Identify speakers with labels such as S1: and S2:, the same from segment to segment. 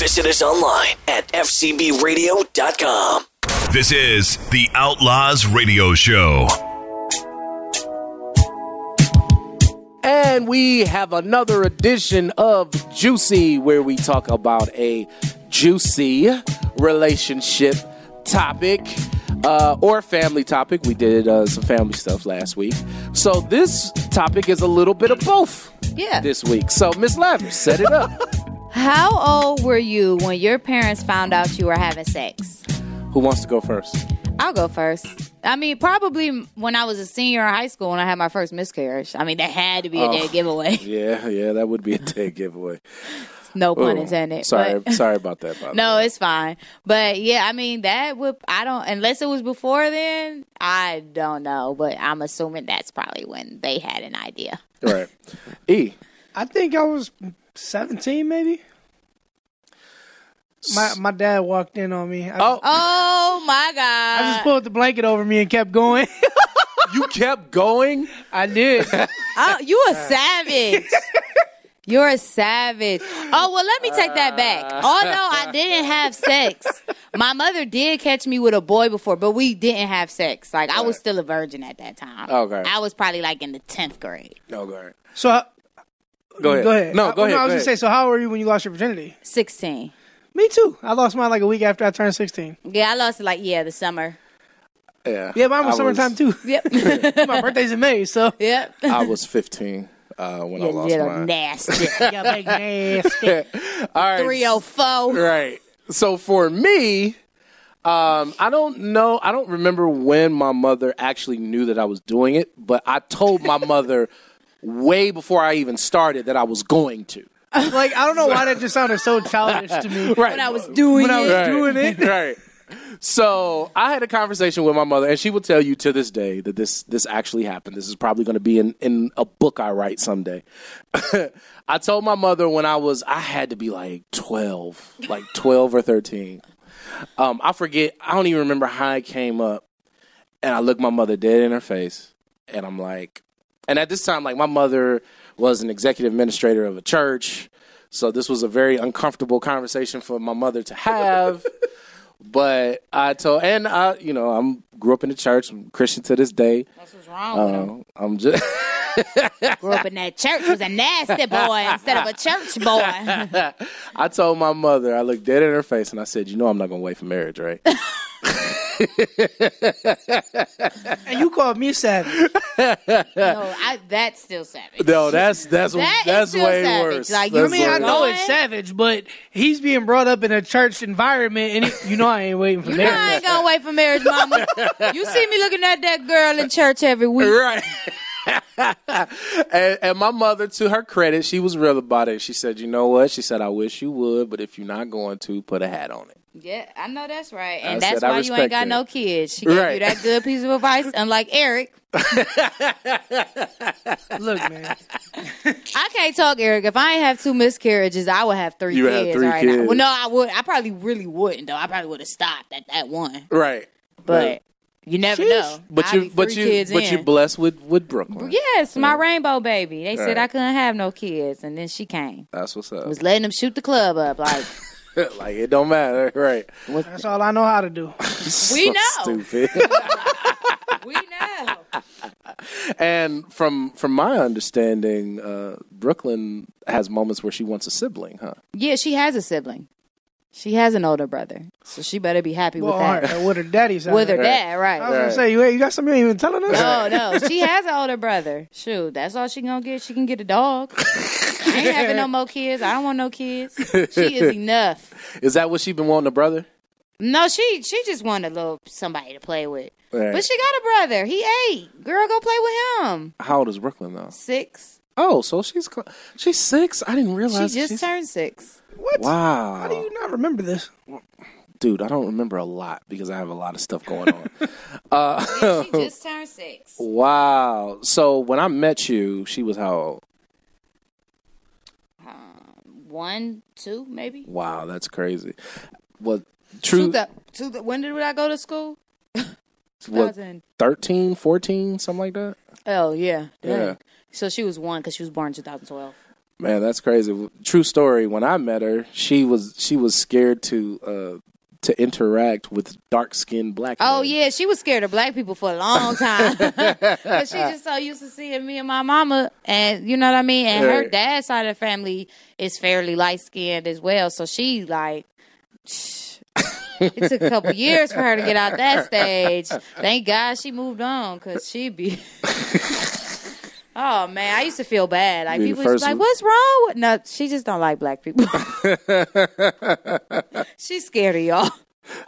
S1: Visit us online at fcbradio.com.
S2: This is the Outlaws Radio Show.
S3: And we have another edition of Juicy where we talk about a juicy relationship topic uh, or family topic. We did uh, some family stuff last week. So this topic is a little bit of both
S4: Yeah.
S3: this week. So, Miss Lavish, set it up.
S4: How old were you when your parents found out you were having sex?
S3: Who wants to go first?
S4: I'll go first. I mean, probably when I was a senior in high school when I had my first miscarriage. I mean, that had to be a dead giveaway.
S3: Yeah, yeah, that would be a dead giveaway.
S4: No pun
S3: Ooh,
S4: intended.
S3: Sorry,
S4: but-
S3: sorry about that. By the
S4: No,
S3: way.
S4: it's fine. But yeah, I mean, that would, I don't, unless it was before then, I don't know. But I'm assuming that's probably when they had an idea.
S3: right. E.
S5: I think I was 17, maybe. My my dad walked in on me. I,
S3: Oh, uh,
S4: Oh my God.
S5: I just pulled the blanket over me and kept going.
S3: you kept going.
S5: I did.
S4: Oh, you a savage. You're a savage. Oh, well, let me take that back. Although I didn't have sex, my mother did catch me with a boy before, but we didn't have sex. Like, I was still a virgin at that time.
S3: Okay.
S4: I was probably like in the 10th grade,
S3: No, go ahead.
S5: So I-
S3: Go ahead.
S5: go ahead.
S3: No, go
S5: I,
S3: ahead.
S5: I was
S3: go
S5: gonna say.
S3: ahead.
S5: So how were you when you lost your virginity?
S4: 16.
S5: Me too. I lost mine like a week after I turned 16.
S4: Yeah, I lost it like, yeah, the summer.
S3: yeah,
S5: Yeah, mine was
S3: I
S5: summertime too.
S4: Yep.
S5: my birthday's in May, so
S4: yep. You
S3: I was 15 uh, when I lost
S4: little
S3: mine.
S4: nasty.
S5: yeah, big nasty.
S3: All right.
S4: 304.
S3: Right. So for me, um, I don't know. I don't remember when my mother actually knew that I was doing it, but I told my mother way before I even started that I was going to.
S5: Like I don't know why that just sounded so childish to me.
S3: Right.
S4: When I was doing
S5: When I was
S4: it.
S3: right.
S5: doing it.
S3: right. So I had a conversation with my mother, and she will tell you to this day that this this actually happened. This is probably going to be in, in a book I write someday. I told my mother when I was I had to be like twelve, like twelve or thirteen. Um, I forget. I don't even remember how it came up. And I looked my mother dead in her face, and I'm like, and at this time, like my mother was an executive administrator of a church, so this was a very uncomfortable conversation for my mother to have. but I told, and I, you know, I'm grew up in the church, I'm Christian to this day.
S4: That's what's wrong with him.
S3: Uh, I'm just.
S4: Grew up in that church. Was a nasty boy instead of a church boy.
S3: I told my mother, I looked dead in her face and I said, You know, I'm not going to wait for marriage, right?
S5: And you called me savage.
S4: No, I, that's still savage.
S3: no, that's that's
S4: That is
S3: that's
S4: still
S3: way
S4: savage.
S3: worse.
S4: Like, you
S3: that's
S4: mean I
S5: I
S3: way
S5: know
S3: worse.
S5: it's savage, but he's being brought up in a church environment, and he, you know I ain't waiting for
S4: No, I
S5: marriage.
S4: ain't gonna wait for marriage, mama. you see me looking at that girl in church every week.
S3: Right. and, and my mother, to her credit, she was real about it. She said, You know what? She said, I wish you would, but if you're not going to, put a hat on it.
S4: Yeah, I know that's right, and
S3: I
S4: that's
S3: said I
S4: why you ain't
S3: respect
S4: got
S3: it.
S4: no kids. She gave
S3: Right.
S4: you that good piece of advice. Unlike Eric,
S5: Look, man,
S4: I can't talk, Eric. If I ain't have two miscarriages, I would have three
S3: You would have
S4: kids
S3: three
S4: right now.
S3: kids.
S4: Well, no, I would. I probably really wouldn't though. I probably would have stopped at that one,
S3: Right.
S4: but you never know.
S3: But
S4: I'd
S3: you
S4: be
S3: but
S4: three
S3: you
S4: kids
S3: but
S4: in.
S3: you're blessed with, with Brooklyn.
S4: Yes, my rainbow baby. They said
S3: Right.
S4: I couldn't have no kids, and then she came.
S3: That's what's up.
S4: Was letting them shoot the club up like
S3: like it don't matter. Right.
S5: that's all I know how to do.
S4: we
S3: So
S4: know.
S3: stupid.
S4: We know.
S3: And from from my understanding, uh, Brooklyn has moments where she wants a sibling, huh?
S4: Yeah, she has a sibling. She has an older brother, so she better be happy
S5: Well,
S4: with
S5: all
S4: that.
S5: right, with her daddy's
S4: With her dad,
S5: I was
S4: right?
S5: gonna say, you, you got something you ain't even telling us?
S4: No, no, she has an older brother. Shoot, that's all she gonna get. She can get a dog. I ain't having no more kids. I don't want no kids. She is enough.
S3: Is that what she been wanting a brother?
S4: No, she she just want a little somebody to play with.
S3: Right.
S4: But she got a brother. He eight. Girl, go play with him.
S3: How old is Brooklyn though?
S4: Six.
S3: Oh, so she's cl- she's six. I didn't
S4: She
S3: realize
S4: just
S3: Oh, she's-
S4: turned six.
S5: What?
S3: Wow.
S5: How do you not remember this?
S3: Dude, I don't remember a lot because I have a lot of stuff going on. uh,
S4: Yeah, she just turned six.
S3: wow. So when I met you, she was how old?
S4: Um, One, two, maybe.
S3: Wow, that's crazy. What
S4: Two
S3: true
S4: the, two the, when did I go to school?
S3: what,
S4: 2000.
S3: 13, 14, something like that?
S4: Oh yeah,
S3: Yeah.
S4: yeah. So she was one because she was born in 2012.
S3: Man, that's crazy. True story. When I met her, she was she was scared to uh to interact with dark skinned black
S4: Oh
S3: men.
S4: yeah, she was scared of black people for a long time, but she just so used to seeing me and my mama, and you know what I mean. And her
S3: Right.
S4: dad's side of the family is fairly light skinned as well, so she like. it took a couple years for her to get out that stage. Thank God she moved on because she be. oh man, I used to feel bad. Like
S3: You be the
S4: people was
S3: first
S4: like,
S3: one.
S4: "What's wrong with?" No, she just don't like black people. She's scared of y'all.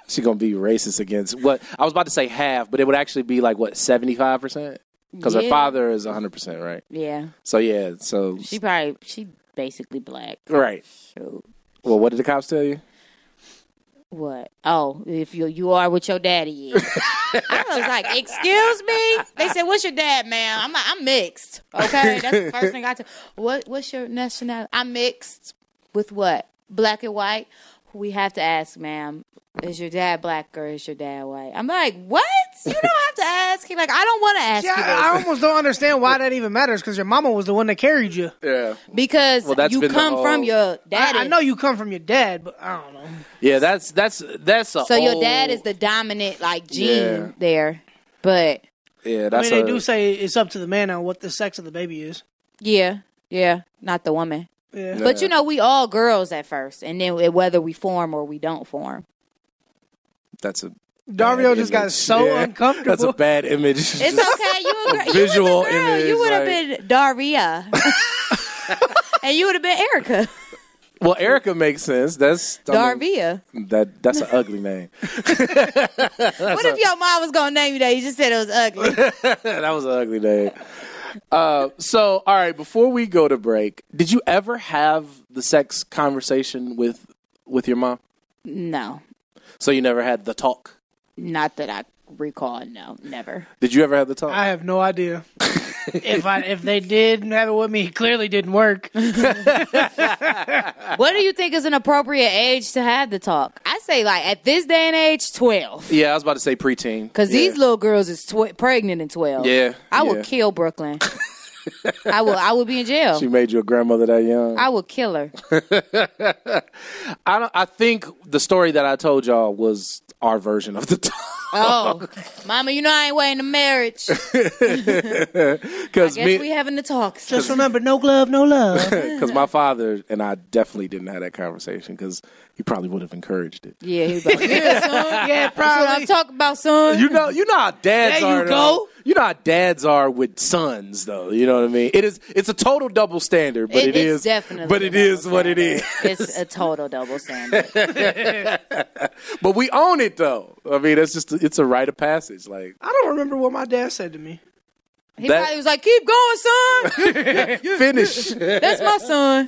S3: She gonna be racist against what I was about to say half, but it would actually be like what seventy five percent because her
S4: Yeah.
S3: father is hundred percent right.
S4: Yeah,
S3: So yeah, so
S4: she probably she basically black.
S3: right.
S4: Shoot.
S3: Well, what did the cops tell you?
S4: What? Oh, if you you are what your daddy is. I was like, excuse me. They said, "What's your dad, ma'am?" I'm like, I'm mixed. Okay, that's the first thing I took. What What's your nationality? I'm mixed with what? Black and white. We have to ask, ma'am. Is your dad black or is your dad white? I'm like, what? You don't have to ask. He like, I don't want to ask
S5: Yeah,
S4: you
S5: I, I almost don't understand why that even matters because your mama was the one that carried you.
S3: Yeah,
S4: because
S3: Well, that's
S4: you
S3: been the
S4: come from
S3: whole-
S4: your daddy.
S5: I, I know you come from your dad, but I don't know.
S3: yeah. That's that's that's a
S4: So your
S3: old-
S4: dad is the dominant like gene
S3: Yeah.
S4: there, but
S3: yeah.
S5: I
S3: That's
S5: mean, they
S3: a-
S5: do say it's up to the man on what the sex of the baby is.
S4: yeah, yeah, not the woman.
S5: Yeah.
S4: But you know, we all girls at first, and then it- whether we form or we don't form.
S3: that's a
S5: Dario
S3: bad
S5: just got
S3: image.
S5: so
S3: Yeah,
S5: uncomfortable.
S3: That's a bad image.
S4: It's okay. You a, gir-
S3: visual
S4: you was a girl.
S3: image,
S4: You would have
S3: like-
S4: been Daria, and you would have been Erica.
S3: well, Erica makes sense. That's I mean,
S4: Daria.
S3: That that's an ugly name.
S4: What if your mom was gonna name you that? You just said it was ugly.
S3: that was an ugly name. Uh, so, all right, before we go to break, did you ever have the sex conversation with with your mom?
S4: no,
S3: So you never had the talk.
S4: not that I recall. No, never.
S3: Did you ever have the talk?
S5: I have no idea. if I if they did have it with me, it clearly didn't work.
S4: What do you think is an appropriate age to have the talk? I say like at this day and age, twelve.
S3: yeah, I was about to say preteen.
S4: Cause
S3: Yeah.
S4: these little girls is tw- pregnant in twelve.
S3: Yeah,
S4: I
S3: yeah.
S4: would kill Brooklyn. I will. I would be in jail.
S3: She made you a grandmother that young.
S4: I would kill her.
S3: I don't. I think the story that I told y'all was our version of the talk.
S4: Oh, mama, you know I ain't waiting to marriage.
S3: Because
S4: Guess
S3: me,
S4: we having the talks.
S5: Just remember, no glove, no love.
S3: because my father and I definitely didn't have that conversation because he probably would have encouraged it.
S4: Yeah, he was like, yeah, son.
S5: yeah,
S4: That's what I'm
S5: probably.
S4: talking about, son.
S3: You know, you know how dads
S5: There you
S3: are.
S5: go.
S3: though. You know how dads are with sons, though. You know what I mean? It is. It's a total double standard, but
S4: It-
S3: it
S4: it's
S3: is
S4: definitely
S3: But
S4: a
S3: it
S4: double
S3: is what it is.
S4: It's a total double standard.
S3: But we own it, though. I mean, that's just. It's a rite of passage. Like
S5: I don't remember what my dad said to me.
S4: He
S3: That-
S4: probably was like, "Keep going, son.
S3: finish.
S4: That's my son.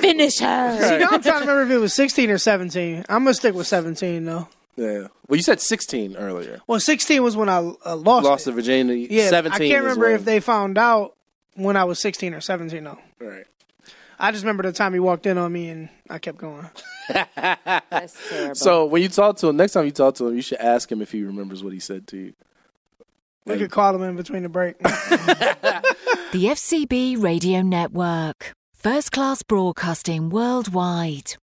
S4: Finish her."
S5: See, now I'm trying to remember if it was 16 or 17. I'm gonna stick with 17 though.
S3: yeah. Well, you said sixteen earlier.
S5: Well, 16 was when I uh, lost.
S3: Lost
S5: it.
S3: to Virginia.
S5: Yeah,
S3: Seventeen.
S5: I can't
S3: is
S5: remember
S3: when-
S5: if they found out when I was 16 or 17 though.
S3: Right.
S5: I just remember the time he walked in on me and I kept going.
S4: That's terrible.
S3: So when you talk to him next time, you talk to him, you should ask him if he remembers what he said to you.
S5: We could call him in between the break.
S6: The FCB Radio Network. First class broadcasting worldwide.